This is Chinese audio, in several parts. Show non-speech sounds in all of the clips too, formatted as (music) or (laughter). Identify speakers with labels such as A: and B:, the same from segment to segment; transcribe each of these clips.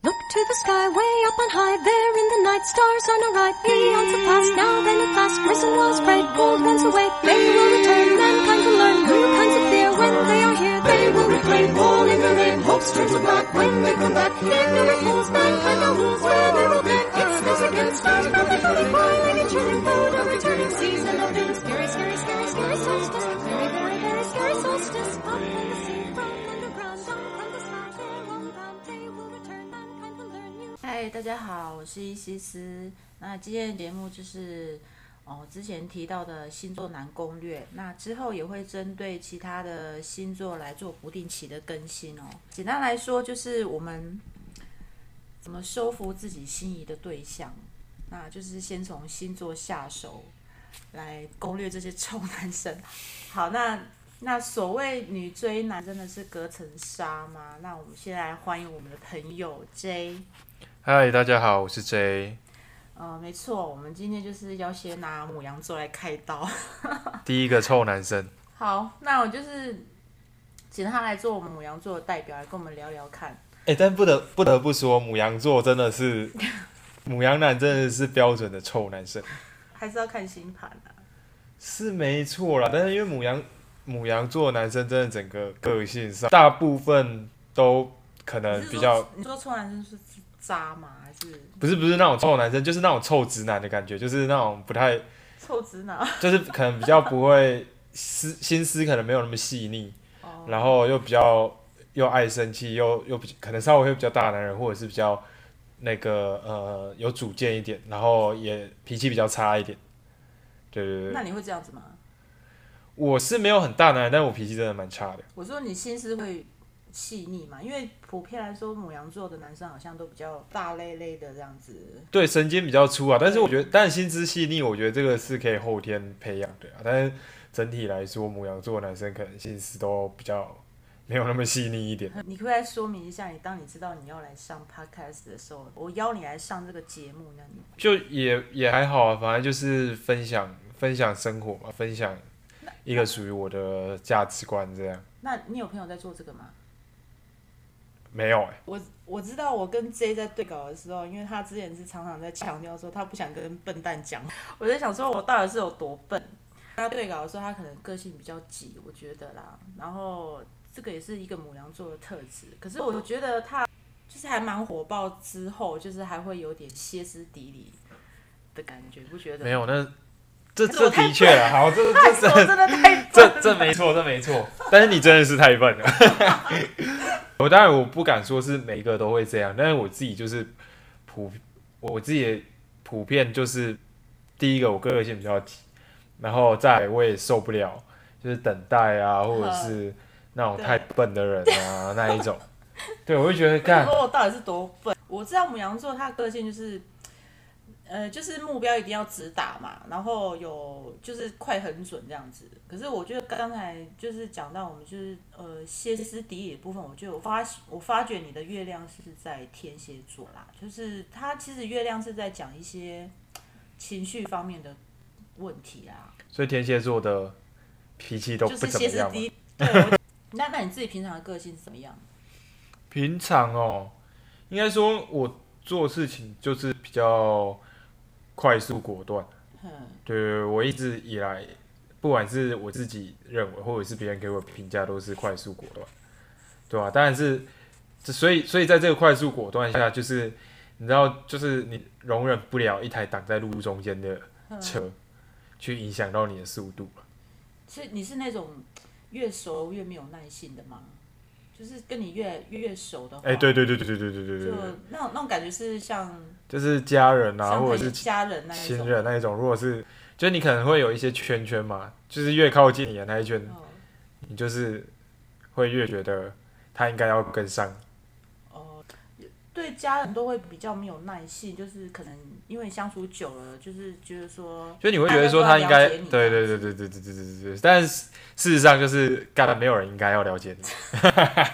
A: to the sky, way up on high, there in the night, stars on a right, beyond the past, now then at last, prison walls break, old men's awake, they will return, mankind will learn new kinds of fear, when they are here, they will reclaim, all in their name, hopes turn to black, when they come back, ignorant fools, mankind will lose, where they will bend, it snows again, stars above, they fall and fly, like a churning boat, on returning season of doom, scary, scary, scary, scary solstice, very, very, very scary solstice, up from the sea, from underground, down from the sky, they won't bound, they will return, mankind will learn new
B: 嗨，大家好，我是伊西斯。那今天的节目就是哦，之前提到的星座男攻略，那之后也会针对其他的星座来做不定期的更新哦。简单来说，就是我们怎么收服自己心仪的对象，那就是先从星座下手来攻略这些臭男生。好，那那所谓女追男真的是隔层纱吗？那我们现在欢迎我们的朋友 J。
C: 嗨，大家好，我是 J。
B: 呃，没错，我们今天就是要先拿母羊座来开刀。 (laughs)
C: 第一个臭男生，
B: 好，那我就是请他来做我们母羊座的代表，来跟我们聊聊看。
C: 哎、但不得不得不说，母羊座真的是母羊男，真的是标准的臭男生，
B: 还是要看星盘啊。
C: 是没错啦。但是因为母羊母羊座男生真的整个个性上，大部分都可能
B: 你是
C: 呃比
B: 说
C: 较
B: 你说臭男生是渣吗？还是
C: 不是不是那种臭男生，就是那种臭直男的感觉，就是那种不太，
B: 臭直男？
C: 就是可能比较不会思心思可能没有那么细腻，
B: 哦，
C: 然后又比较又爱生气，又又比可能稍微会比较大男人，或者是比较那个呃有主见一点，然后也脾气比较差一点。对对
B: 那
C: 对，
B: 你会这样子吗？
C: 我是没有很大男人，但我脾气真的蛮差的。
B: 我说你心思会细腻嘛，因为普遍来说，母羊座的男生好像都比较大咧咧的这样子。
C: 对，神经比较粗啊，但是我觉得，但心思细腻，我觉得这个是可以后天培养的啊。但是整体来说，母羊座的男生可能心思都比较没有那么细腻一点。
B: 你可不可以再说明一下，你当你知道你要来上 podcast 的时候，我邀你来上这个节目，那你
C: 就也也还好啊，反正就是分享分享生活嘛，分享一个属于我的价值观这样。
B: 那你有朋友在做这个吗？
C: 没有哎、
B: 我我知道，我跟 J 在对稿的时候，因为他之前是常常在强调说他不想跟笨蛋讲，我在想说我到底是有多笨。他对稿的时候，他可能个性比较急，我觉得啦。然后这个也是一个母羊座的特质，可是我觉得他就是还蛮火爆，之后就是还会有点歇斯底里的感觉，不觉得？
C: 没有，那这
B: 可是我
C: 这
B: 太
C: 的确啊，好，这
B: 哎，
C: 这
B: 我真的 (laughs) 太
C: (laughs) 这这这没错，这没错。但是你真的是太笨了。 (laughs) 我当然我不敢说是每一个都会这样，但是我自己就是普，我自己也普遍就是第一个我个性比较急，然后再来我也受不了就是等待啊，或者是那种
B: 对
C: 太笨的人啊那一种。 (laughs) 对，我就觉得
B: 你
C: 干
B: 说我到底是多笨？我知道母羊座他的个性就是，呃，就是目标一定要直达嘛，然后有就是快很准这样子。可是我觉得刚才就是讲到我们就是呃歇斯底里的部分，我觉得我发我发觉你的月亮是在天蝎座啦，就是他其实月亮是在讲一些情绪方面的问题啦，
C: 所以天蝎座的脾气都
B: 就
C: 不
B: 是
C: 怎
B: 歇
C: 么
B: 斯
C: 样嘛。
B: 底。对，我 (laughs) 那那你自己平常的个性是怎么样？
C: 平常哦，应该说我做事情就是比较快速果断。
B: 哼，
C: 对，我一直以来，不管是我自己认为，或者是别人给我评价，都是快速果断，对吧、当然是，这所以所以在这个快速果断下，就是你知道，就是你容忍不了一台挡在路中间的车去影响到你的速度嘛
B: 所以你是那种越熟越没有耐性的吗？就是跟你越越越熟的话，
C: 哎、对对对对对对对对对
B: 就
C: 对，
B: 那种那种感觉是像
C: 就是家人啊，
B: 像
C: 或
B: 朋
C: 者
B: 友
C: 是
B: 家人那一
C: 亲
B: 种。
C: 人那一种，如果是，就是你可能会有一些圈圈嘛，就是越靠近你的那一圈，
B: 哦
C: 你就是会越觉得他应该要跟上。
B: 哦，对家人都会比较没有耐性，就是可能因为相处久了，就是觉得说
C: 就你会觉得说他应
B: 大
C: 该，
B: 家都要了解你
C: 对对对对对对对对对对，但是事实上就是干了，没有人应该要了解你。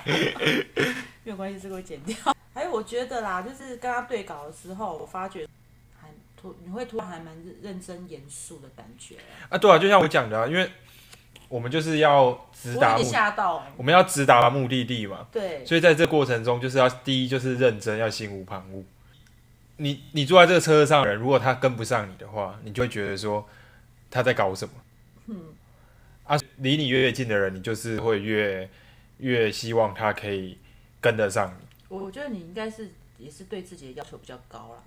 B: 没有关系，这个会剪掉。 (laughs) 还有我觉得啦，就是跟他对稿的时候，我发觉哎还突你会突然还蛮认认真严肃的感觉。
C: 啊，对啊，就像我讲的、啊，因为我们就是要直
B: 我
C: 达
B: 有点
C: 目，
B: 吓到，
C: 我们要直达目的地嘛。
B: 对，
C: 所以在这过程中，就是要第一就是认真，要心无旁骛。你你坐在这个车上的人，如果他跟不上你的话，你就会觉得说他在搞什么。嗯，啊，离你越近的人，你就是会越越希望他可以跟得上你。
B: 我觉得你应该是也是对自己的要求比较高啦。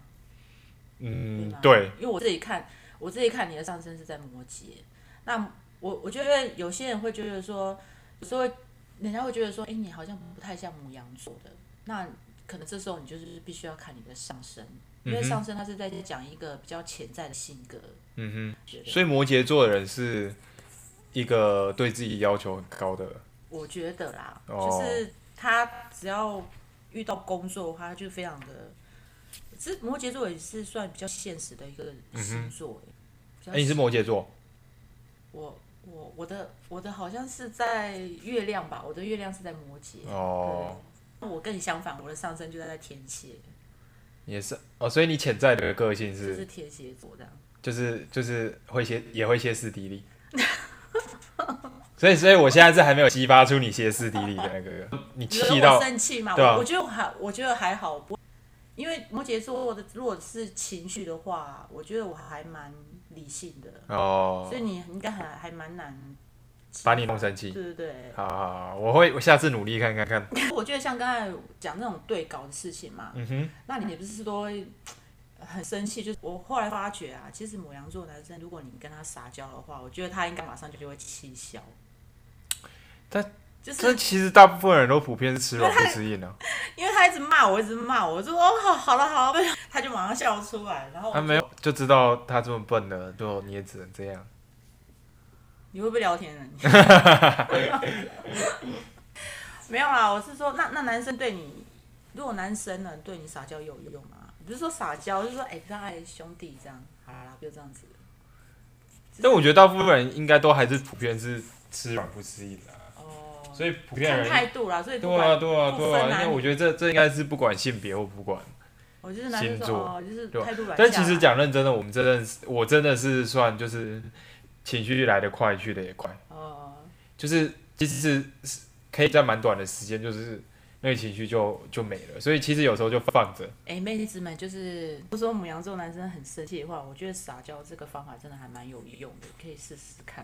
C: 嗯
B: 吗，
C: 对，，
B: 因为我自己看，我自己看你的上身是在摩羯。那我我觉得有些人会觉得说，有时候人家会觉得说，哎、你好像不太像母羊座的。那可能这时候你就是必须要看你的上身，因为
C: 嗯哼
B: 上身它是在讲一个比较潜在的性格。
C: 嗯
B: 觉
C: 哼。
B: 得
C: 所以摩羯座的人是一个对自己要求很高的。
B: 我觉得啦，
C: 哦
B: 就是他只要遇到工作的话，他就非常的。其实摩羯座也是算比较现实的一个星座、欸比较
C: 嗯哎、你是摩羯座，
B: 我我我的我的好像是在月亮吧，我的月亮是在摩羯。
C: 哦
B: 对，我跟你相反，我的上升就在在天蝎，
C: 也是哦，所以你潜在的个性
B: 就是是天蝎座这样。
C: 就是就是会歇，也会歇斯底里。 (laughs) 所以，所以我现在是还没有激发出你歇斯底里的那个，你
B: 你觉
C: 气
B: 得我
C: 到
B: 生气嘛？
C: 对啊
B: 我我觉得我还我觉得还好，不，因为摩羯座的如果是情绪的话，我觉得我还蛮理性的，
C: 哦
B: 所，以你应该还还蛮难。
C: 把你弄生气。
B: 对对对，
C: 好好，好我会，我下次努力看看看。
B: (laughs) 我觉得像刚才讲那种对稿的事情嘛，
C: 嗯哼，
B: 那你也不是说会呃很生气，就是我后来发觉啊，其实母羊座男生，如果你跟他撒娇的话，我觉得他应该马上就就会气消。
C: 但
B: 就是
C: 这其实大部分人都普遍是吃软不吃硬啊，
B: 因为他一直骂我，一直骂我，我就说哦好好了好了，他就马上笑出来，然后我
C: 他没有就知道他这么笨了，就你也只能这样。
B: 你会不会聊天
C: (laughs)
B: 呢？没有啦，我是说，那那男生对你，如果男生呢对你撒娇有用吗？不是说撒娇，就是说哎，让、爱兄弟这样，好啦啦，不要这样子。
C: 但我觉得大部分人应该都还是普遍是吃软不吃硬的、啊，
B: 哦，
C: 所以普遍
B: 看
C: 人
B: 态度啦，所以不
C: 对
B: 管
C: 啊对啊
B: 不
C: 对
B: 分
C: 啊，因
B: 男
C: 为
B: 女
C: 我觉得这这应该是不管性别或不管。
B: 我就是男生
C: 星
B: 说
C: 座
B: 哦，就是
C: 对吧啊
B: 态度软。
C: 但其实，讲认真的，我们真的是，我真的是算就是情绪来得快，去得也快，
B: 哦，
C: 就是其实是可以在蛮短的时间，就是那个情绪就就没了。所以其实有时候就放着，
B: 哎，妹子们，就是不说母羊座男生很生气的话，我觉得撒娇这个方法真的还蛮有用的，可以试试看。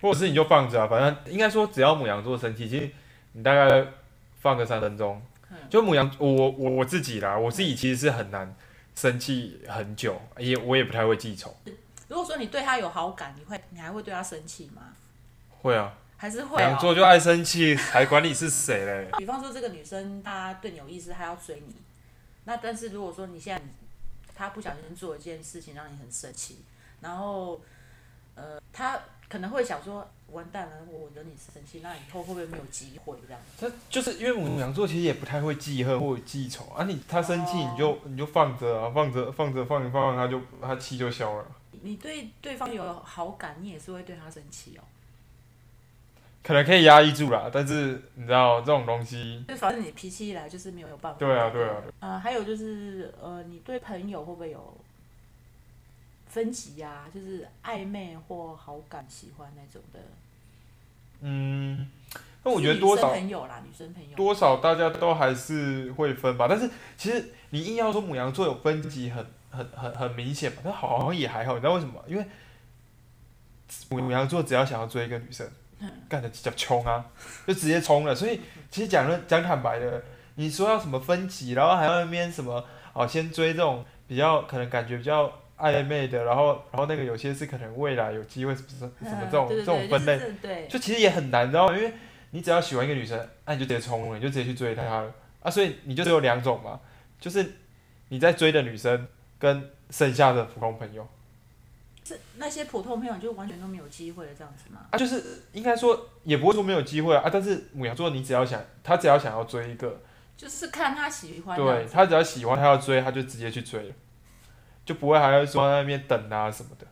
C: 或者是你就放着啊，反正应该说只要母羊座生气，其实你大概放个三分钟
B: 嗯，
C: 就母羊我我我自己啦，我自己其实是很难生气很久，也我也不太会记仇，
B: 如果说你对他有好感，你会你还会对他生气吗？
C: 会啊，
B: 还是
C: 母
B: 会、
C: 羊
B: 哦？
C: 座就爱生气，还管你是谁嘞。
B: 比方说这个女生她对你有意思，她要追你，那但是如果说你现在你她不小心做一件事情让你很生气，然后呃，她可能会想说，完蛋了，我惹你生气，那以后会不会没有机会这样？
C: 他就是因为母羊座其实也不太会记恨或记仇啊你，他生气你就、你就放着啊，放着放着放一放，他就他气就消了。
B: 你对对方有好感，你也是会对他生气哦。
C: 可能可以压抑住啦，但是你知道这种东西，
B: 就反正你脾气一来就是没有办法。
C: 对啊对啊。
B: 呃，还有就是呃，你对朋友会不会有分歧呀、就是暧昧或好感、喜欢那种的。
C: 嗯，那我觉得
B: 是
C: 多
B: 女
C: 少
B: 生朋友啦，女生朋 (laughs) 友。
C: 多少大家都还是会分吧。但是其实你硬要说母羊座有分级很很很很明显嘛，但好像也还好，你知道为什么吗？因为母羊座只要想要追一个女生，
B: 嗯
C: 干的直接冲啊，就直接冲了。所以其实讲了讲坦白的，你说要什么分级，然后还要那边什么哦，先追这种比较可能感觉比较。暧昧的，然后，然后那个有些是可能未来有机会什么什么这种、
B: 嗯对对对
C: 这种分类，
B: 就是这对，
C: 就其实也很难，你知道吗？因为你只要喜欢一个女生，那、你就直接冲了，你就直接去追她了啊，所以你就只有两种嘛，就是你在追的女生跟剩下的普通朋友
B: 是那些普通朋友就完全都没有机会了，这样子嘛。
C: 啊，就是应该说也不会说没有机会啊，啊但是母羊座你只要想，他只要想要追一个，
B: 就是看他喜欢这样
C: 对
B: 子。
C: 他只要喜欢他要追，他就直接去追了，就不会还要说在那边等啊什么的。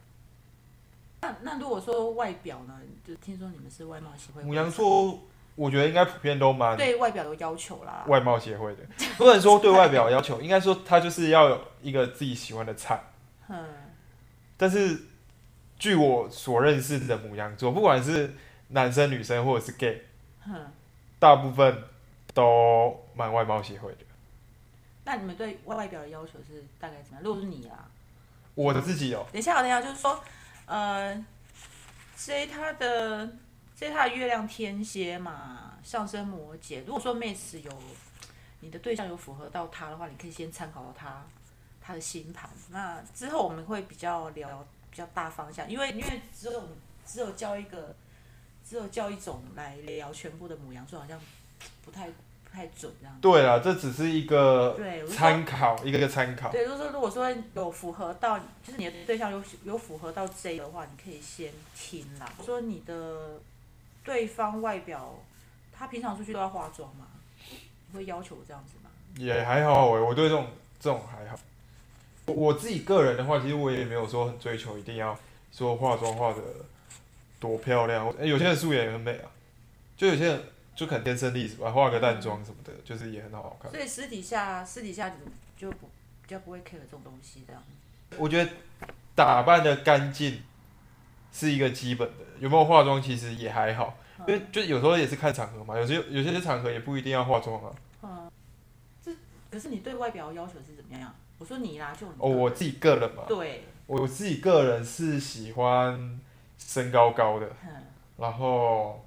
B: 那那如果说外表呢，就听说你们是外貌协会，
C: 母羊座我觉得应该普遍都蛮
B: 对外表有要求啦。
C: 外貌协会的，不能说对外表要求，应该说他就是要有一个自己喜欢的菜。
B: 嗯，
C: 但是据我所认识的母羊座，不管是男生、女生或者是 gay，
B: 哼，
C: 大部分都蛮外貌协会的。
B: 那你们对外外表的要求是大概怎么样？如果是你啊，
C: 我自己哦，
B: 等一下，等一下，就是说，呃，这他的这他的月亮天蝎嘛，上升摩羯。如果说 Miss 有你的对象有符合到他的话，你可以先参考到他他的星盘。那之后我们会比较聊比较大方向，因为因为只有只有教一个只有教一种来聊全部的母羊座，好像不太不太准这样。
C: 对了，这只是一个
B: 对，我就说
C: 参考，一个参考。
B: 对，就是说，如果说有符合到，就是你的对象有有符合到 J 的话，你可以先听啦。说你的对方外表，他平常出去都要化妆吗？你会要求这样子吗？
C: 也还好诶、我对这种这种还好。我我自己个人的话，其实我也没有说很追求一定要说化妆化的多漂亮、诶有些人素颜也很美啊，就有些人就可能天生丽质吧，化个淡妆什么的，就是也很好看。
B: 所以私底下私底下你就不比较不会 care 这种东西这样。
C: 我觉得打扮的干净是一个基本的，有没有化妆其实也还好，因为就有时候也是看场合嘛，有些有些场合也不一定要化妆啊。
B: 可是你对外表的要求是怎么样？我说你啦，就你
C: 哦，我自己个人嘛，
B: 对，
C: 我自己个人是喜欢身高高的，
B: 嗯，
C: 然后，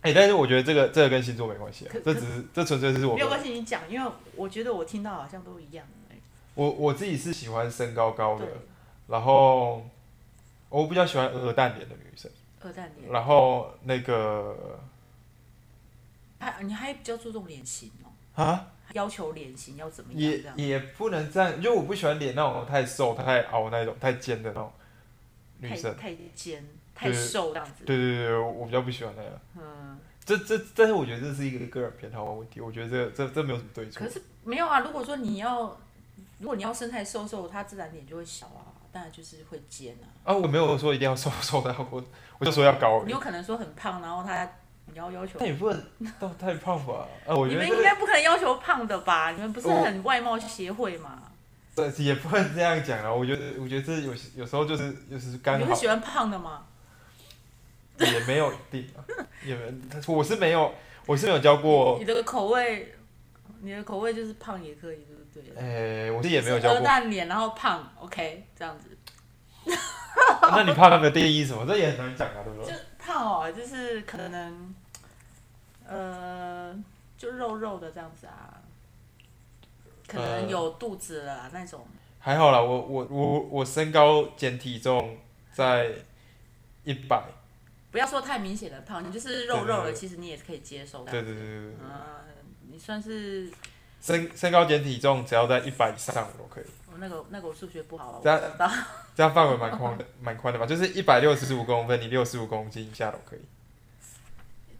C: 哎、但是我觉得这个这个跟星座没关系啊
B: 可，
C: 这只是这纯粹是我
B: 没有
C: 个
B: 关系，你讲，因为我觉得我听到好像都一样哎
C: 我我自己是喜欢身高高的
B: 对，，
C: 然后我比较喜欢鹅蛋脸的女生，
B: 二蛋脸，
C: 然后那个
B: 还你还比较注重脸型哦，
C: 啊。
B: 要求脸型要怎么样
C: 也
B: 这样？
C: 也不能这样，因为我不喜欢脸那种太瘦、太凹那种、太尖的那种女生。
B: 太太尖、太瘦这样子。
C: 对对对，我比较不喜欢那样。
B: 嗯，
C: 这这，但是我觉得这是一个个人偏好的问题。我觉得这这这没有什么对错
B: 可。是没有啊。如果说你要，如果你要身材瘦瘦，它自然脸就会小啊，当然就是会尖啊。
C: 啊，我没有说一定要瘦瘦的，我我就说要高而
B: 你
C: 已。
B: 有可能说很胖，然后他你要要求
C: 但，也不能到太胖吧？啊，我
B: 你
C: 觉得
B: 们
C: 这
B: 应
C: 个
B: 该不可能要求胖的吧？你们不是
C: 我
B: 很外貌协会吗？
C: 这呃也不能这样讲啊。我觉得我觉得这有时有时候就是就是刚
B: 你
C: 好
B: 会喜欢胖的吗？
C: 也没有一定啊，也没我是没有我是没有教过
B: 你，的口味，你的口味就是胖也可以，对不对？
C: 哎，我是也没有教
B: 鹅
C: 过
B: 蛋脸，然后胖，OK，这样子。
C: 啊那你怕他们的定义是什么？这也很难讲啊，对不
B: 就
C: 对？
B: 胖哦，就是可能，呃，就肉肉的这样子啊，可
C: 呃
B: 能有肚子了啦那种。
C: 还好啦，我我我我身高减体重在一百，
B: 不要说太明显的胖，你就是肉肉
C: 啊对对
B: 的，
C: 对
B: 其实你也可以接受的。啊
C: 对对对对对，
B: 呃，你算是
C: 身身高减体重只要在一百以上我都可以，
B: 我哦那个那个我数学不好啊，我
C: 这样
B: 知道。
C: 这样范围蛮宽的，蛮宽的吧？就是一百六十五公分，你六十五公斤以下都可以，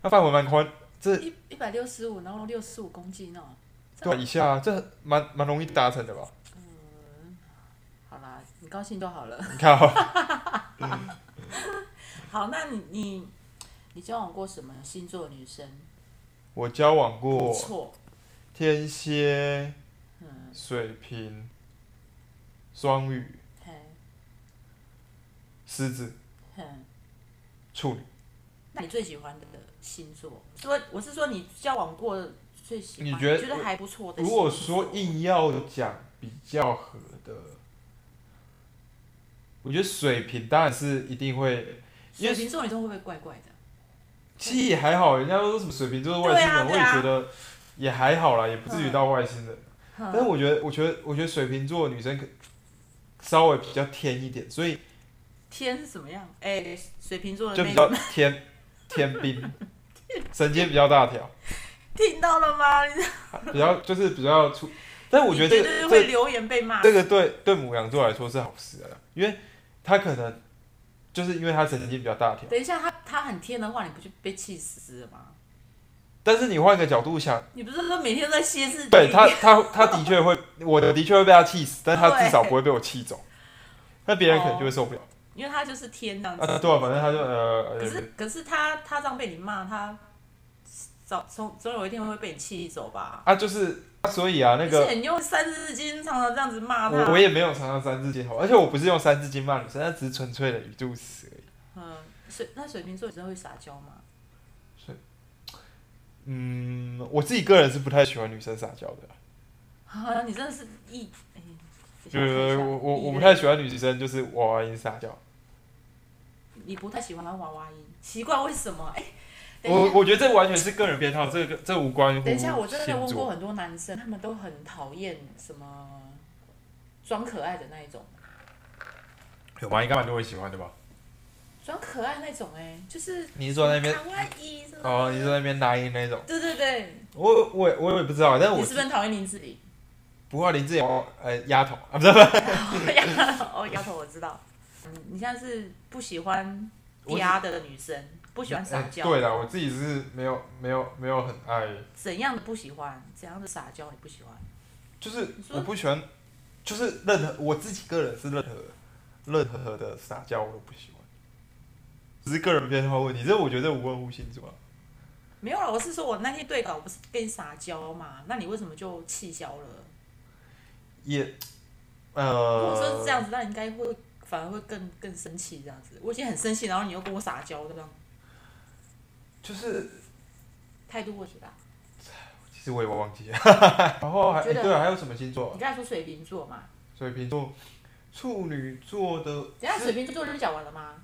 C: 那范围蛮宽，这
B: 一一百六十五，然后六十五公斤哦。
C: 对啊以下啊这蛮蛮容易达成的吧？
B: 好啦，你高兴就好了。 (laughs)
C: 你看啊，
B: 好，那你你你交往过什么星座的女生？
C: 我交往过
B: 不错，
C: 天蝎、
B: 嗯，
C: 水瓶、双鱼、
B: 嘿，
C: 狮子、
B: 嘿。
C: 处女。
B: 那你最喜欢的星座？说我是说你交往过最喜欢，
C: 你觉得
B: 觉得还不错的星
C: 如
B: 座？
C: 果说硬要讲比较合的，我觉得水平当然是一定会，
B: 水
C: 因为
B: 瓶座女生会不会怪怪的？
C: 其实也还好，人家都说什么水瓶座是外星
B: 对啊
C: 人，我
B: 对
C: 也
B: 啊嗯
C: 觉得也还好啦，也不至于到外星人。但是我觉得，我觉得，我觉得水瓶座的女生可稍微比较天一点，所以
B: 天是什么样？哎、水瓶座的
C: 就
B: 妹
C: 比
B: 子
C: 较
B: 们
C: 天天兵，神经比较大条，
B: (laughs) 听到了吗？你
C: 比较就是比较出。但我觉得这
B: 你
C: 个
B: 绝对
C: 这
B: 会留言被骂。
C: 这个对对母羊座来说是好事啊，因为他可能就是因为他神经比较大条，
B: 等一下，他他很天的话，你不就被气死了吗？
C: 但是你换个角度想，
B: 你不是说每天都在歇斯底
C: (laughs) 对
B: 里？
C: 他他他的确会，我的的确会被他气死，但他
B: 对
C: 至少不会被我气走，那别人可能就会受不了、
B: 因为他就是天这样子。
C: 啊。对啊，反正他就呃，
B: 哦可
C: 呃
B: 是可是他他这样被你骂，他早总总有一天会被你气走吧？
C: 啊，就是所以啊，那
B: 而
C: 个
B: 且你用三字经常常这样子骂他，
C: 我我也没有常常三字经好，而且我不是用三字经骂女生，那只是纯粹的语助词而已。 (laughs)
B: 嗯，水那水瓶座女生会撒娇吗？
C: 嗯，我自己个人是不太喜欢女生撒娇的啊，
B: 啊，你真的是一，哎
C: 就是呃我我我不太，喜欢女生就是娃娃音撒娇，
B: 你不太喜欢娃娃音，奇怪为什么？哎、等一
C: 我
B: 下
C: 我觉得这完全是个人偏好，这个这无关乎
B: 等一下，我真的
C: 星
B: 问过
C: 座。
B: 很多男生，他们都很讨厌什么装可爱的那一种，
C: 有吧？应该蛮多人喜欢的吧？
B: 装可爱那种、哎，就是
C: 你是说那边
B: 卡哇伊什么
C: 哦？你说那边答应那种？
B: 对对对，
C: 我我我也不知道，但是
B: 你
C: 我
B: 是不是很讨厌林志玲？
C: 不过林志颖哦呃丫头啊，不是不是，
B: 丫头 (laughs) 哦，丫头我知道。嗯，你现在是不喜欢
C: 我
B: 嗲的女生，不喜欢撒
C: 哎
B: 娇。
C: 对的，我自己是没有没有没有很爱，
B: 怎样的不喜欢？怎样的撒娇你不喜欢？
C: 就是
B: 你说
C: 我不喜欢，就是任何我自己个人是任何任何的撒娇我都不喜欢，只是个人偏好问题。这我觉得无关乎星座啊。
B: 没有啦，我是说我那天对稿不是跟你撒娇嘛？那你为什么就气消了？
C: 也
B: 如果
C: 呃
B: 说是这样子，那你应该会反而会更更生气这样子。我已经很生气，然后你又跟我撒娇，这样
C: 就是
B: 态度问题吧？
C: 其实我也忘记了， (laughs) 然后还、
B: 我觉得
C: 哎对啊，还有什么星座啊
B: 你？刚才说水瓶座嘛？
C: 水瓶座、处女座的，
B: 等一下水瓶座就讲完了吗？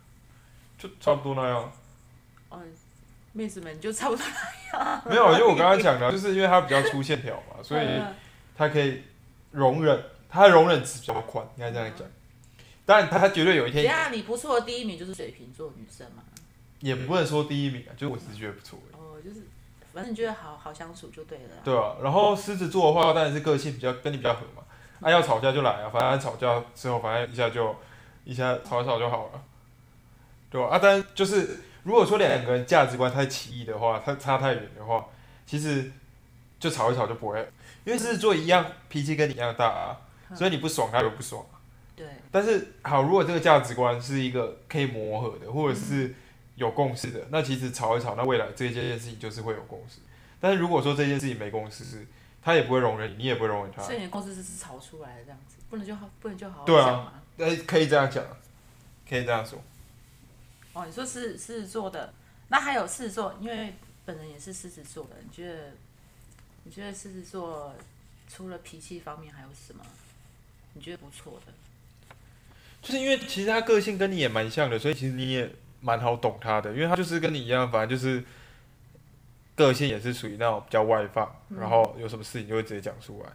C: 就差不多那样。
B: 嗯，妹子们就差不多。
C: 没有，就我刚刚讲的，就是因为它比较粗线条嘛，所以
B: 嗯
C: 它可以容忍，它的容忍值比较宽，应该这样讲。当然，它绝对有一
B: 等一
C: 天
B: 下你不错的第一名就是水瓶座女生嘛？
C: 也不能说第一名啊，就是我只是觉得不错而已。
B: 哦，就是反正你觉得好好相处就对了啦。
C: 对啊，然后狮子座的话，当然是个性比较跟你比较合嘛，啊要吵架就来啊，反正吵架之后，反正一下就一下吵一吵就好了，对吧、啊？当然就是如果说两个人价值观太歧义的话，他差太远的话，其实就吵一吵就不会，因为狮子座一样脾气跟你一样大啊，所以你不爽他就不爽。
B: 对，
C: 但是好，如果这个价值观是一个可以磨合的，或者是有共识的，那其实吵一吵，那未来这件事情就是会有共识。但是如果说这件事情没共识，他也不会容忍你，你也不会容忍他
B: 所以。你的公司是吵出来的这样子，不能就好，不能就好好
C: 对啊
B: 讲嘛。
C: 呃，可以这样讲，可以这样说。
B: 哦，你说狮狮子座的，那还有狮子座，因为本人也是狮子座的，你觉得你觉得狮子座除了脾气方面还有什么？你觉得不错的？
C: 就是因为其实他个性跟你也蛮像的，所以其实你也蛮好懂他的，因为他就是跟你一样，反正就是个性也是属于那种比较外放，然后有什么事情就会直接讲出来，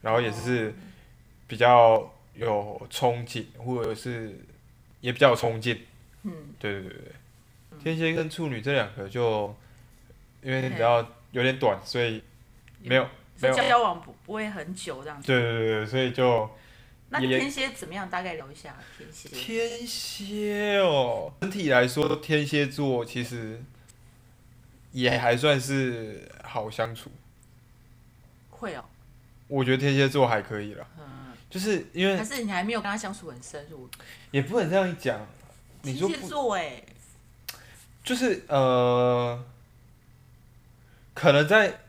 C: 然后也是比较有憧憬，或者是也比较有冲劲。
B: 嗯，
C: 对对对对对，天蝎跟处女这两个就因为你知道有点短，所以没有没
B: 所
C: 有
B: 以，交往不不会很久这样子。
C: 对对对对，所以就。
B: 那
C: 也
B: 天蝎怎么样？大概聊一下天蝎。
C: 天蝎哦，整体来说，天蝎座其实也还算是好相处。
B: 会哦，
C: 我觉得天蝎座还可以啦，
B: 嗯，
C: 就是因为
B: 还是你还没有跟他相处很深入。
C: 也不能这样讲。你
B: 天
C: 说
B: 蝎
C: 不
B: 座哎，
C: 就是呃，可能在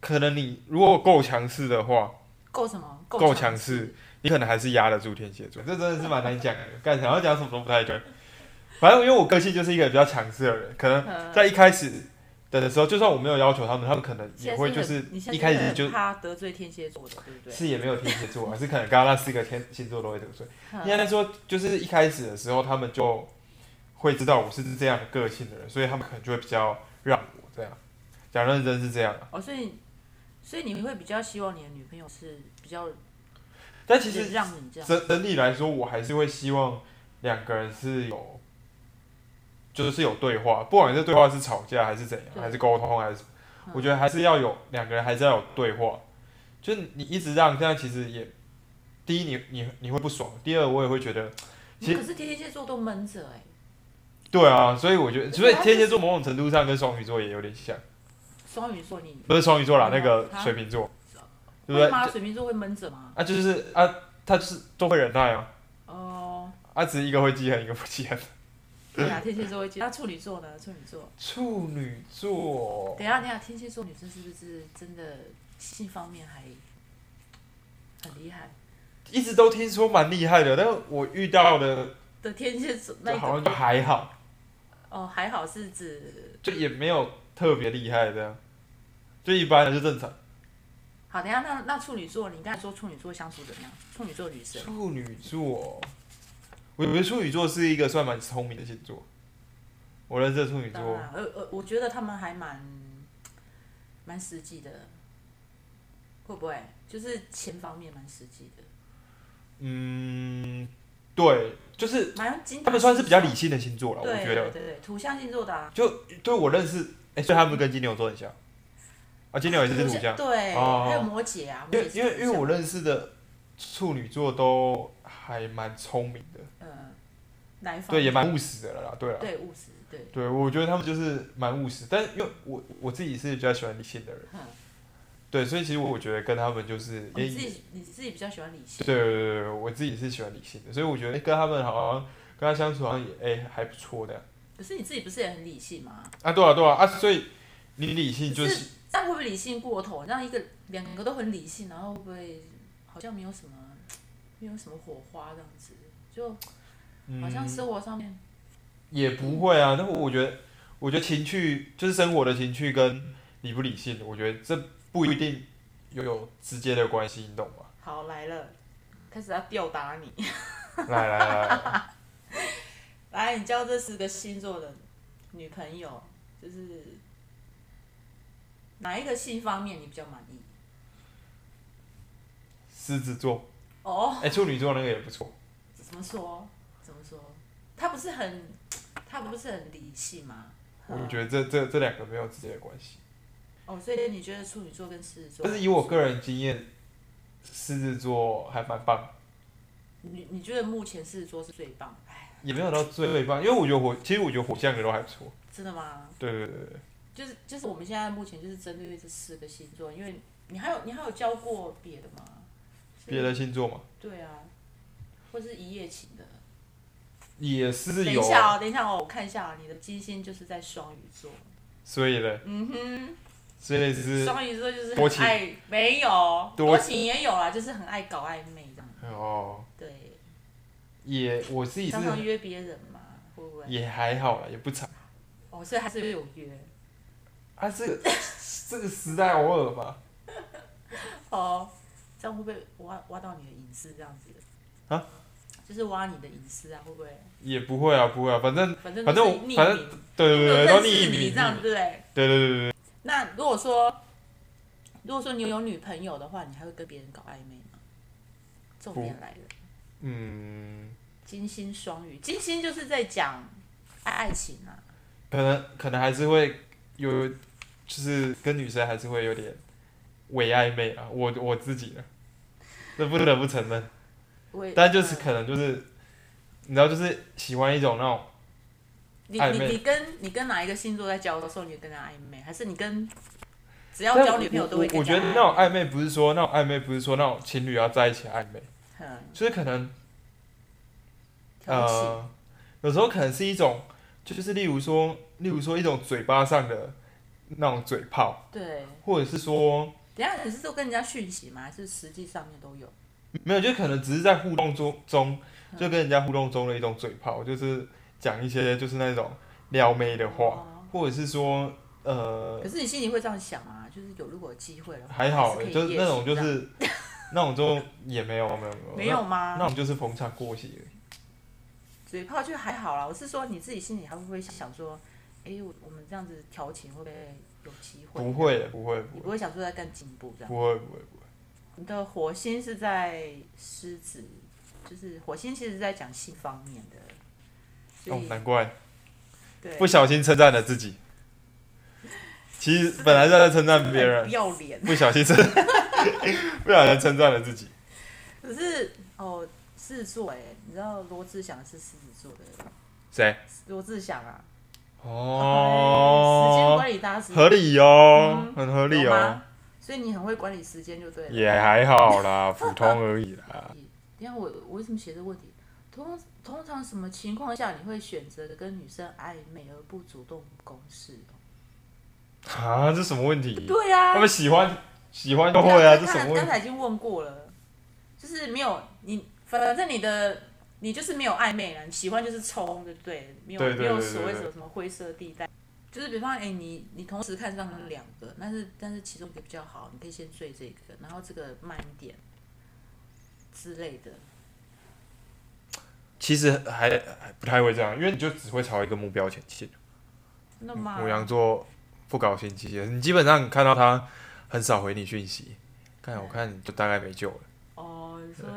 C: 可能你如果够强势的话，
B: 够什么？
C: 够
B: 强
C: 强势，你可能还是压得住天蝎座。这真的是蛮难讲的，干想要讲什么都不太对。反正因为我个性就是一个比较强势的人，可能
B: 嗯
C: 在一开始的时候，就算我没有要求他们，他们可能也
B: 现在
C: 会就是
B: 很你现在
C: 一开始
B: 很
C: 就
B: 怕得罪天蝎座的，对不对？
C: 是也没有天蝎座啊，是可能刚刚那四个天星座都会得罪。
B: 嗯
C: 应该说，就是一开始的时候，他们就会知道我是这样的个性的人，所以他们可能就会比较让我这样。讲认真是这样啊，
B: 哦，所以所以你会比较希望你的女朋友是比较
C: 但其实
B: 让你这样，
C: 整整体来说，我还是会希望两个人是有，就是有对话，不管这对话是吵架还是怎样，
B: 对
C: 还是沟通还是什么，
B: 嗯
C: 我觉得还是要有两个人还是要有对话。就是你一直让这样，其实也第一你你你会不爽，第二我也会觉得，其实
B: 嗯可是天蝎座都闷着哎、
C: 对啊，所以我觉得，所以
B: 对啊
C: 天蝎座某种程度上跟双鱼座也有点像，
B: 双鱼座你
C: 不是双鱼座啦，
B: 对啊
C: 那个
B: 他
C: 水瓶座，对不
B: 会
C: 对？
B: 吗？
C: 就
B: 水瓶座会闷着吗？
C: 啊，就是啊，他就是都会忍耐啊， (coughs)
B: 哦、
C: 啊，只是一个会记恨，一个不记恨。
B: 对啊，天蝎座会接。那处女座呢？处女座，
C: 处女座
B: 等一下等一下，天蝎座女生是不是真的性方面还很厉害？
C: 一直都听说蛮厉害的，但我遇到的
B: 的天蝎座那
C: 就
B: 一
C: 好像
B: 种
C: 就还好，
B: 哦，还好是指
C: 就也没有特别厉害的。就一般的就正常。
B: 好，等一下那那处女座，你刚才说处女座相处怎么样？处女座女生
C: 处女座，我以为处女座是一个算蛮聪明的星座。我认识的处女
B: 当
C: 座，
B: 然，呃呃，我觉得他们还蛮蛮实际的，会不会就是钱方面蛮实际的，
C: 嗯，对，就是
B: 蛮精。
C: 他们算是比较理性的星座了，我
B: 对
C: 觉
B: 对对
C: 得。
B: 对，土象星座的啊，
C: 就对我认识，哎、所以他们跟金牛座很像啊，金牛也是土象，
B: 对，
C: 哦
B: 还有摩羯啊，
C: 因
B: 摩
C: 为
B: 羯是
C: 因为因为
B: 土象
C: 我认识的处女座都还蛮聪明的，
B: 呃哪一方
C: 对，也
B: 面
C: 蛮务实的了啦，对啊，
B: 对务实，对，
C: 对，我觉得他们就是蛮务实，但因为我我自己是比较喜欢理性的人，
B: 嗯，
C: 对，所以其实我觉得跟他们就是
B: 哦
C: 也
B: 你自己你自己比较喜欢理性
C: 对，对对对，我自己是喜欢理性的，所以我觉得、哎跟他们好像跟他相处好像也哎、还不错的
B: 可是你自己不是也很理性吗？
C: 啊，对啊对啊啊，所以你理性就
B: 可
C: 是
B: 是这样会不会理性过头？让一个两个都很理性，然后会不会好像没有什么没有什么火花这样子？就好像
C: 嗯
B: 生活上面，
C: 也不会啊，但我觉得，我觉得情趣就是生活的情趣跟理不理性，我觉得这不一定有有直接的关系，你懂吗？
B: 好来了，开始要吊打你。
C: 来来来
B: (laughs)
C: 来，
B: 来，你交这四个星座的女朋友，就是哪一个性方面你比较满意？
C: 狮子座，
B: 哦，
C: 哎、处女座那个也不错，
B: 怎么说？怎么说？他不是很，他不是很理性吗？
C: 我觉得这这这两个没有直接的关系，
B: 哦，所以你觉得处女座跟狮子座？
C: 但是以我个人经验，狮子座还蛮棒，
B: 你你觉得目前狮子座是最棒？哎，
C: 也没有到最棒，因为我觉得火，其实我觉得火象的都还不错，
B: 真的吗？
C: 对对对对，
B: 就是就是我们现在目前就是针对这四个星座，因为你还有你还有教过别的吗？是
C: 别的星座嘛
B: 对啊，或是一夜情的。
C: 也是
B: 等
C: 有啊
B: 一，下哦，等一下哦，我看一下、哦、你的金星就是在双鱼座。
C: 所以呢，
B: 嗯哼，
C: 所以是
B: 双鱼座就是
C: 多
B: 很
C: 情
B: 爱没有
C: 多
B: 多情也有啦，就是很爱搞暧昧这样。
C: 哦，
B: 对，
C: 也我自己是
B: 常常约别人嘛，会不会？
C: 也还好啦，也不差。
B: 哦，所以还是有约。
C: 啊，这个这个时代偶尔吧，
B: 哦，这样会不会挖挖到你的隐私这样子？
C: 啊？
B: 就是挖你的隐私啊，会不会？
C: 也不会啊，不会啊，反正
B: 反正
C: 反
B: 都
C: 正
B: 是
C: 我
B: 匿名
C: 反正对对对，
B: 都
C: 都
B: 没有
C: 匿
B: 认识你
C: 名，
B: 这样对不对？
C: 对对对对，
B: 那如果说，如果说你有女朋友的话，你还会跟别人搞暧昧吗？重点来了，
C: 嗯，
B: 金星双鱼，金星就是在讲爱情啊，
C: 可能可能还是会有，就是跟女生还是会有点伪暧昧啊，我我自己的，这不得不承认，
B: 嗯我也
C: 但就是
B: 嗯
C: 可能就是，你知道，就是喜欢一种那种，
B: 你
C: 暧
B: 你
C: 昧
B: 你跟你跟哪一个星座在交的时候，你跟他暧昧，还是你跟只要
C: 但
B: 交女朋友都会
C: 我
B: 跟
C: 我觉得那种暧昧不是说那种暧昧不是说那种情侣要在一起暧昧，
B: 很
C: 就是可能
B: 调情、
C: 呃，有时候可能是一种，就是例如说，例如说一种嘴巴上的那种嘴炮，
B: 对，
C: 或者是说
B: 等一下你是都跟人家讯息吗？还是实际上面都有？
C: 没有，就可能只是在互动中中，就跟人家互动中的一种嘴炮，就是讲一些就是那种撩妹的话，
B: 哦
C: 或者是说呃
B: 可是你心里会这样想啊，就是有如果有机会的话，
C: 还好
B: 还是可以
C: 欸，就是那种就
B: 夜行这样
C: 是那种就也没有没有
B: 没有啊吗
C: 哦那那？种就是逢场过戏而已。
B: 嘴炮就还好啦，我是说你自己心里还会不会想说，哎、我我们这样子调情会不会有机会？啊
C: 不，会不会不
B: 你
C: 会
B: 不会想说再更进一步这样。
C: 不会不会不会，
B: 你的火星是在狮子，就是火星其实在讲性方面的，所
C: 哦
B: 以、
C: 难怪。
B: 对
C: 不小心称赞了自己。其实本来是在称赞别
B: 不
C: 人，
B: 要脸。
C: 不小心称， (laughs) 不小心称赞了自己。
B: 可是哦，狮子座哎、你知道罗志祥是狮子座的，哎
C: 谁？
B: 罗志祥啊，哎时间
C: 哦，
B: 管理大师
C: 合理哦，
B: 嗯
C: 很合理
B: 有
C: 哦
B: 吗，所以你很会管理时间就对了。
C: 也还好啦， (laughs) 普通而已啦。
B: 等一下我我为什么写这个问题？通通常什么情况下你会选择跟女生暧昧而不主动攻势？
C: (laughs)
B: 哦
C: 啊，这什么问题？
B: 对啊
C: 他，们喜欢喜欢就会啊，这
B: 刚
C: 什
B: 才
C: 么问
B: 刚
C: 题？
B: 才已经问过了，就是没有你，反正你的你就是没有暧昧了，你喜欢就是冲，对不对？没有
C: 对对对
B: 没有所谓
C: 对
B: 什
C: 对
B: 么什么灰色地带。就是比方，哎、你你同时看上了两个，但是但是其中一个比较好，你可以先追这个，然后这个慢一点之类的。
C: 其实还还不太会这样，因为你就只会朝一个目标前
B: 哦
C: 进。
B: 那么
C: 嗯母羊座不搞信息的，你基本上看到他很少回你讯息，看我看你就大概没救了。
B: 哦，你说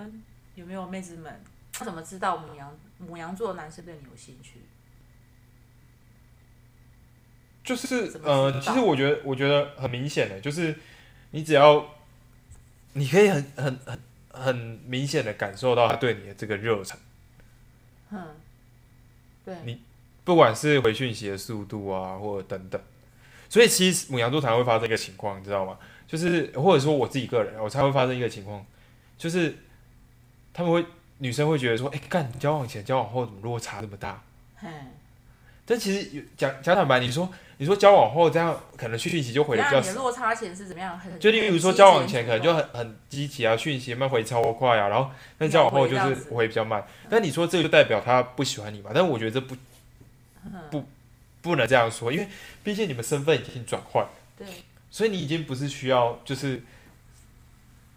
B: 有没有妹子们？他怎么知道母羊母羊座的男生对你有兴趣？
C: 就是
B: 怎么知
C: 呃，
B: 道
C: 其实我觉得我觉得很明显的，就是你只要你可以很很很很明显的感受到他对你的这个热忱，
B: 哼，对，
C: 你不管是回讯息的速度啊，或者等等。所以其实母羊座才会发生一个情况，你知道吗？就是或者说我自己个人，我才会发生一个情况，就是他们会女生会觉得说，哎、干你交往前交往后怎么落差这么大？
B: 嘿，
C: 但其实有讲讲坦白，你说你说交往后这样，可能去讯息就回的比
B: 那
C: 较
B: 你的
C: 少。
B: 落差前是怎么样？很
C: 就例如说交往前可能就很很积极啊，讯息慢慢回超快啊，然后但交往后就
B: 秒回
C: 是
B: 这样子
C: 回比较慢。但你说这个就代表他不喜欢你嘛？但我觉得这不
B: 很
C: 不能这样说，因为毕竟你们身份已经转换，
B: 对，
C: 所以你已经不是需要就是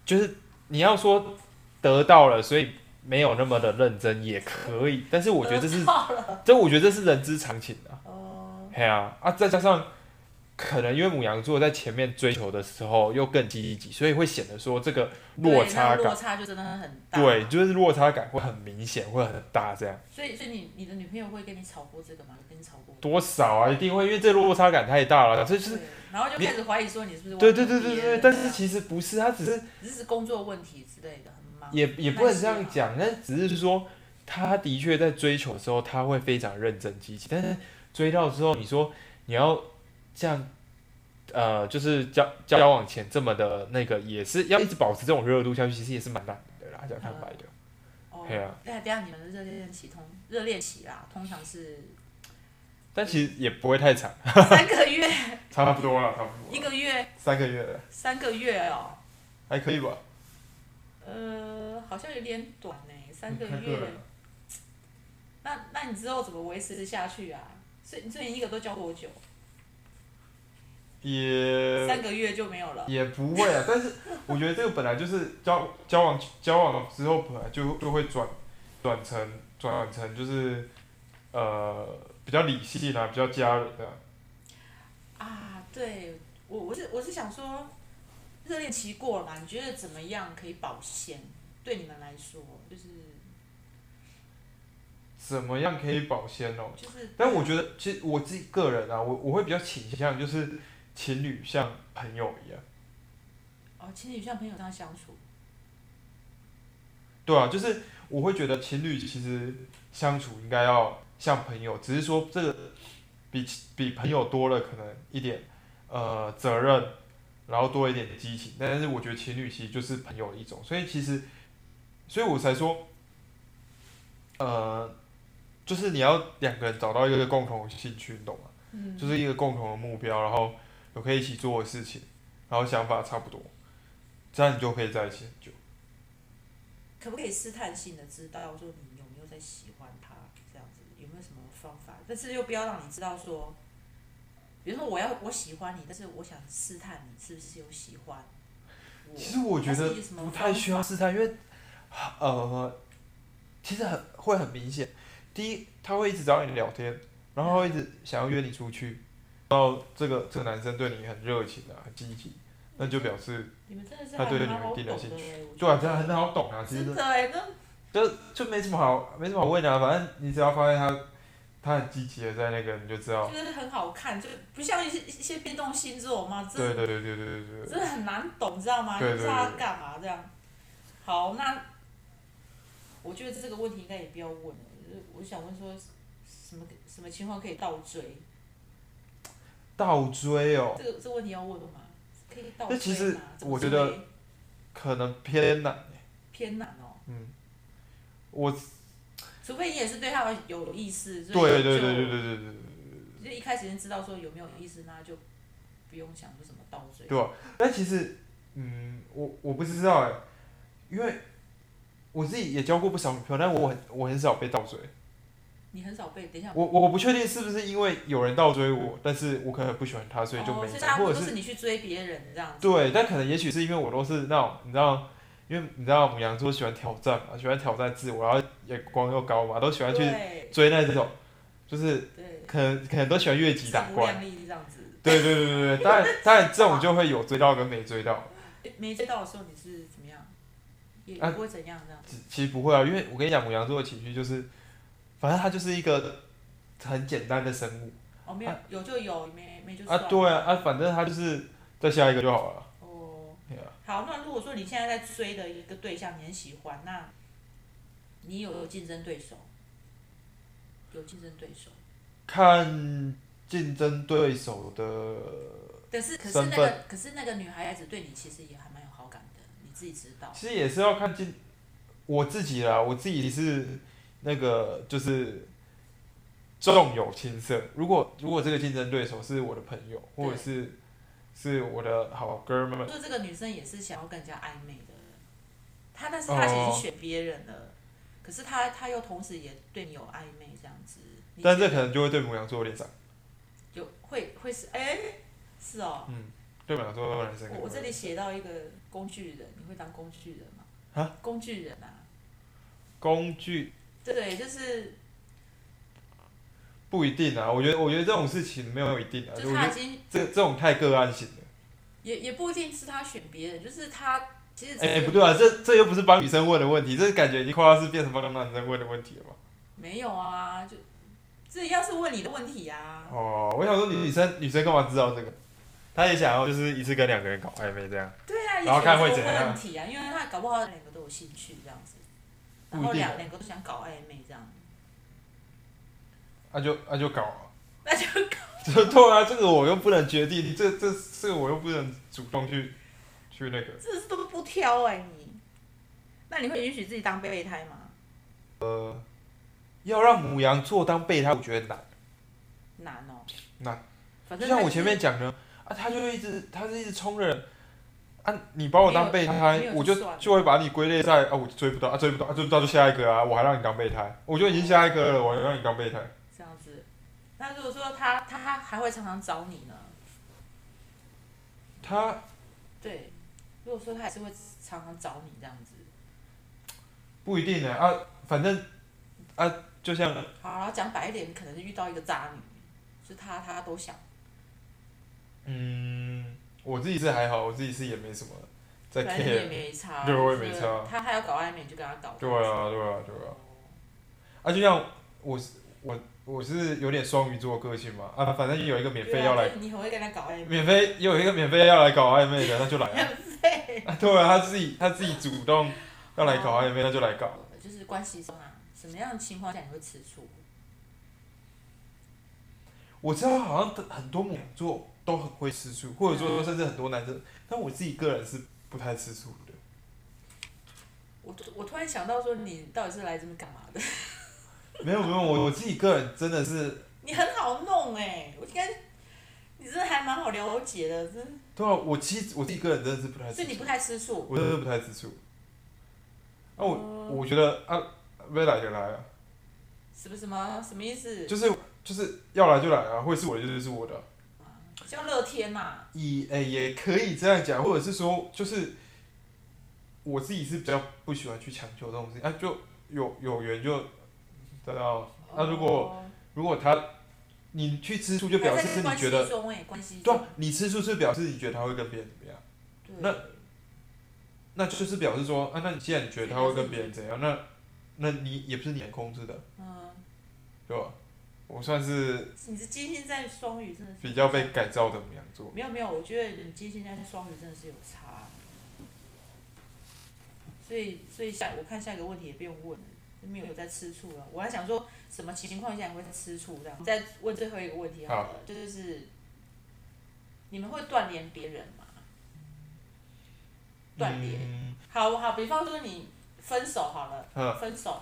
C: 就是你要说得到了，所以没有那么的认真也可以。但是我觉得这是这我觉得这是人之常情啊。
B: 哦，
C: 嘿啊啊，再加上可能因为母羊座在前面追求的时候又更积极，所以会显得说这个落
B: 对
C: 差
B: 那落
C: 感，
B: 差就真的很大。
C: 对，，就是落差感会很明显，会很大，这样
B: 所以所以你你的女朋友会跟你吵过这个吗？有跟你吵过？
C: 多少啊，一定会，因为这落差感太大了，这就是
B: 对，然后就开始怀疑说你是不是
C: 对
B: 忘记
C: 对对对
B: 别
C: 对，
B: 人
C: 但是其实不是，他只是
B: 只是工作问题之类的，很忙。
C: 也也不能这样
B: 啊
C: 讲，但只是说他的确在追求的时候，他会非常认真积极，但是追到之后，你说你要这样，呃，就是交交往前这么的那个，也是要一直保持这种热度下去，其实也是蛮难的啦，讲坦白的。
B: 哦
C: 嘿啊，
B: 那这样你们的热恋期通热恋期啦，通常
C: (laughs)
B: 是
C: 但其实也不会太长，
B: 三个月、
C: 差不多了，差不
B: 一
C: 多
B: 个月、
C: 三个月了，
B: 三个月哦。
C: 还可以吧？
B: 呃，好像有点短呢、三个
C: 还可以
B: 月。那那你之后怎么维持下去啊？所以所以你一个都交多久？三
C: 也
B: 个月就没有了。
C: 也不会啊，但是我觉得这个本来就是交交往交往之后本来就就会转转成转成就是呃比较理性啊，比较家人的、
B: 啊，对我我是我是想说，热恋期过了嘛，你觉得怎么样可以保鲜？对你们来说，就是
C: 怎么样可以保鲜哦？
B: 就是，
C: 但我觉得其实我自己个人啊，我我会比较倾向就是情侣像朋友一样，
B: 哦，情侣像朋友这样相处，
C: 对啊，就是我会觉得情侣其实相处应该要像朋友，只是说这个比比朋友多了可能一点呃责任，然后多一点激情，但是我觉得情侣其实就是朋友的一种，所以其实，所以我才说，呃，就是你要两个人找到一个共同的兴趣，你懂吗？
B: 嗯，
C: 就是一个共同的目标，然后有可以一起做的事情，然后想法差不多，这样你就可以在一起很久。
B: 可不可以试探性的知道说你有没有在喜欢他这样子，有没有什么方法？但是又不要让你知道说，比如说我要我喜欢你，但是我想试探你是不是有喜欢我。
C: 其实我觉
B: 还
C: 得
B: 是有什么
C: 不太需要
B: 方法
C: 试探，因为呃，其实很会很明显。第一，他会一直找你聊天，然后一直想要约你出去，然后这个这个男生对你很热情啊，很积极，那就表示
B: 你们真的是
C: 他
B: 还
C: 啊对
B: 蛮
C: 你有
B: 好
C: 一定
B: 懂
C: 的
B: 的
C: 兴趣
B: 欸我觉
C: 对啊，
B: 得
C: 这样很好懂啊，其实
B: 真的哎、那
C: 就就没什么好没什么好问的、啊，反正你只要发现他他很积极的在那个，你就知道。
B: 就是很好看，就不像一些一些变动星座嘛，真
C: 对
B: 的
C: 对对对对对对。
B: 真的很难懂，知道吗？
C: 对
B: 你不知道
C: 对
B: 他
C: 对
B: 干嘛这样。好，那我觉得这个问题应该也不要问了。就是我想问说，什么什么情况可以倒追？
C: 倒追哦，
B: 这个这个问题要问吗？可以倒追吗？
C: 那哎其实
B: 怎么
C: 我觉得
B: 追
C: 可能偏啊难。
B: 偏难哦，
C: 嗯，我
B: 除非你也是对他有有意思，所以
C: 对对对
B: 就
C: 对对对对对。
B: 就一开始先知道说有没有意思，那就不用想说什么倒追。
C: 对吧？但其实，嗯，我我不知道哎、因为我自己也交过不少女朋友，但我很我很少被倒追。
B: 你很少被，等一下
C: 我我我不确定是不是因为有人倒追我，但是我可能不喜欢他，所以就
B: 哦
C: 没
B: 所以
C: 讲，
B: 大部
C: 或
B: 分
C: 者
B: 都
C: 是
B: 是你去追别人这样子。
C: 对，但可能也许是因为我都是那种你知道，因为你知道母羊座喜欢挑战嘛，喜欢挑战自我，然后眼光又高嘛，都喜欢去
B: 对
C: 追那种，就是
B: 对，
C: 可能可能都喜欢越级打
B: 自无
C: 怪。
B: 量力这样子。
C: 对对对对对，当然当然这种就会有追到跟没追到，
B: 没追到的时候你是怎么样？也
C: 啊
B: 也不会怎样这样。
C: 其其实不会啊，因为我跟你讲母羊座的情绪就是，反正它就是一个很简单的生物
B: 哦，没有
C: 啊，
B: 有就有，没没就
C: 啊
B: 算。，
C: 对啊啊，反正它就是再下一个就好了。
B: 哦，
C: 对啊
B: 好，那如果说你现在在追的一个对象你很喜欢，那你有有竞争对手？有竞争对手，
C: 看竞争对手的，
B: 但是可是
C: 身
B: 那个可是那个女孩子对你其实也还蛮有好感的，你自己知道。
C: 其实也是要看竞我自己啦，我自己是那个就是重有轻色。如果如果这个竞争对手是我的朋友，或者是是我的好哥们，
B: 就是这个女生也是想要跟人家暧昧的，她但是她其
C: 哦
B: 实选别人了，可是她她又同时也对你有暧昧这样子。你
C: 但
B: 觉
C: 这可能就会对母羊座有点伤，
B: 有会会是哎、是哦，
C: 嗯对母羊座的男生可能
B: 我我
C: 会
B: 这里写到一个工具人，你会当工具人吗？
C: 啊，
B: 工具人啊，
C: 工具
B: 对，就是
C: 不一定啊。我觉得我觉得这种事情没有一定啊，
B: 就是
C: 我觉
B: 他已
C: 得
B: 经
C: 这这种太个案型了。
B: 也也不一定是他选别人，就是他其实只
C: 哎、
B: 是
C: 不对啊，这这又不是帮女生问的问题，这感觉已经快要是变成帮男生问的问题了吧？
B: 没有啊，就这要是问你的问题啊，
C: 哦，我想说女生女生干嘛知道这个？她也想要就是一次跟两个人搞暧昧这样，
B: 对啊，
C: 然后看会
B: 也许
C: 怎
B: 有这个
C: 样
B: 问题啊，因为他搞不好两个都有兴趣这样子，然后
C: 不一定啊
B: 两两个都想搞暧昧这样，
C: 那、就那、就搞啊。 (laughs)
B: 那就 (laughs)
C: 这对啊，这个我又不能决定，这这这个我又不能主动去去那个。
B: 这是都不挑哎、你，那你会允许自己当备胎吗？
C: 要让母羊座当备胎，我觉得难。
B: 难哦，
C: 难，
B: 反
C: 就
B: 正
C: 像
B: 他
C: 我
B: 就
C: 前
B: 是
C: 面讲的啊，他就一直他是一直冲着啊，你把我当备
B: 没
C: 胎
B: 有，
C: 我就
B: 就算了
C: 就会把你归类在啊，我追不到啊，追不到啊，追不到就下一个啊，我还让你当备胎，我就已经下一个了，我还让你当备胎。
B: 这样子。那如果说他他他还会常常找你呢？
C: 他
B: 对，如果说他还是会常常找你这样子。
C: 不一定呢啊，反正啊，就像
B: 好，然后讲白一点，可能是遇到一个渣女，就他他都想。
C: 嗯，我自己是还好，我自己是也没什么在
B: 反正你也
C: care。
B: 没差，
C: 对我也
B: 就是
C: 没差
B: 他他要搞暧昧，你就跟他搞。
C: 对啊，对啊，对啊。啊，就像我是我我是有点双鱼座个性嘛啊，反正有一个免
B: 对
C: 费
B: 啊，
C: 要来
B: 就，是你很会跟他搞暧 (laughs) 昧。
C: 免费有一个免费要来搞暧昧的，那就来啊。啊 (laughs) 对啊，他自己他自己主动要来搞暧昧，那就来搞。
B: 就是关系中啊，什么样的情况下你会吃醋？
C: 我知道好像很多母羊座都很会吃醋，或者
B: 嗯
C: 说甚至很多男生，但我自己个人是不太吃醋的。
B: 我突我突然想到说，你到底是来这边干嘛的？ (laughs)
C: 没有没有，
B: 嗯
C: 我我自己个人真的是
B: 你很好弄哎、我应该，你真的还蛮好了解的，真的
C: 对啊，我其实我自己个人真的是不太
B: 所
C: 吃
B: 以你
C: 醋
B: 不，太吃醋。
C: 我真的不太吃醋。啊，我
B: 哦
C: 我觉得啊，没来就来啊，
B: 什么什么什么意思？
C: 就是是就是要来就来啊，会是我的就是我的，
B: 叫乐天嘛。
C: 以诶、也可以这样讲，或者是说就是我自己是比较不喜欢去强求这种事情啊，就有有缘就得到。那、如果
B: 哦
C: 如果他你去吃醋，就表示是你觉
B: 还在关系
C: 得
B: 中哎，关系
C: 对
B: 中
C: 啊，你吃醋是表示你觉得他会跟别人怎么样。
B: 对
C: 啊那那就是表示说，啊，那你既然你觉得他会跟别人怎样，那啊那你也不是你能控制的，
B: 嗯，
C: 对吧？我算是
B: 你是金星在双鱼，真的是
C: 比较被改造的母羊座，
B: 没有没有，我觉得你金星在双鱼真的是有差。所以所以下我看下一个问题也不用问了，就没有有在吃醋了。我还想说什么情况下你会吃醋这样？再问最后一个问题好了，就是你们会断联别人吗？断联。
C: 嗯，
B: 好好，比方说你分手好了，
C: 嗯
B: 分手，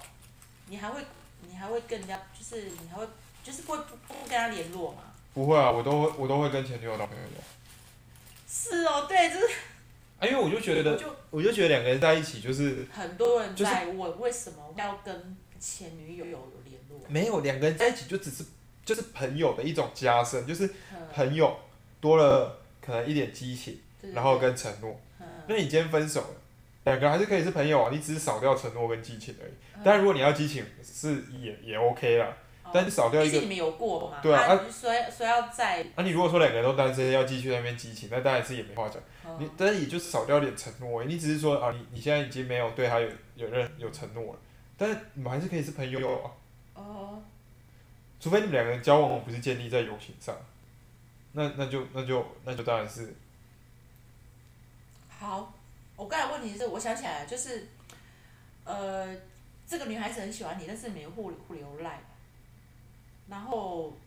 B: 你还会你还会跟人家，就是你还会就是不会不不跟他联络嘛？
C: 不会啊，我都会我都会跟前女友当朋友的，
B: 是哦，对，就是
C: 啊，因为我就觉
B: 我
C: 得，
B: 就
C: 我就觉得两个人在一起就是
B: 很多人
C: 就是
B: 在问为什么要跟前女友有联络？
C: 没有两个人在一起就只是就是朋友的一种加深，就是
B: 嗯
C: 朋友多了可能一点激情，
B: 对
C: 然后跟承诺。
B: 嗯
C: 那你今天分手了，两个人还是可以是朋友啊，你只是少掉承诺跟激情而已。
B: 嗯
C: 但如果你要激情是也也 OK 啦，
B: 哦
C: 但是少掉一
B: 毕
C: 个
B: 竟你。们有过嘛？
C: 对啊
B: 你说说要在，
C: 那、你如果说两个人都单身，要继续在那边激情，那当然是也没话讲。
B: 嗯
C: 你但是也就是少掉点承诺而已，你只是说啊，你你现在已经没有对他有有任有承诺了，但是你们还是可以是朋友啊，
B: 哦，
C: 除非你们两个人交往不是建立在友情上，那那就那就那就当然是
B: 好，我刚才问题是，我想起来了，就是，呃，这个女孩子很喜欢你，但是你们互互留赖，然后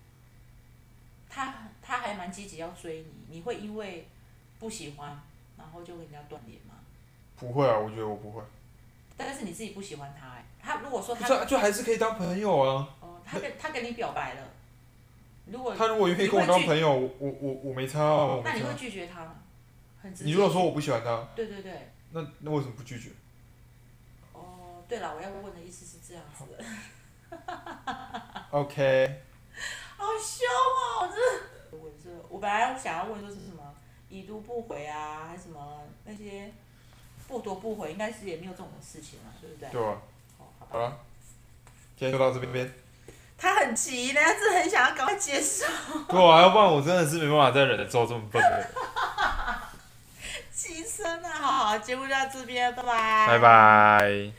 B: 她她还蛮积极要追你，你会因为不喜欢，然后就跟人家断联吗？
C: 不会啊，我觉得我不
B: 哦
C: 会，
B: 但是你自己不喜欢她、哎，她如果说
C: 不
B: 她
C: 是、啊、就还是可以当朋友啊。
B: 哦，她跟她跟你表白了，如果
C: 他如果愿意跟我当朋友，我我我我没差啊，我
B: 哦那
C: 没
B: 你会
C: 差。
B: 拒绝她吗？很直接。
C: 你如果说我不喜欢他，
B: 对对对，
C: 那那为什么不拒绝？
B: 哦，对了，我要问的意思是这样子的。啊
C: OK，
B: 好凶哦！我这我这我本来想要问说是什么已读不回啊，还是什么那些不读不回，应该是也没有这种事情嘛，对不对？
C: 对吧、
B: 哦，好
C: 好啊
B: 吧。
C: 了，今天就到这边。
B: 他很急呢，他真的很想要赶快结束， (laughs)
C: 对啊，要不然我真的是没办法再忍受这么笨的
B: (laughs)
C: 人。
B: 急声啊！好好，节目就到这边，拜拜。
C: 拜拜。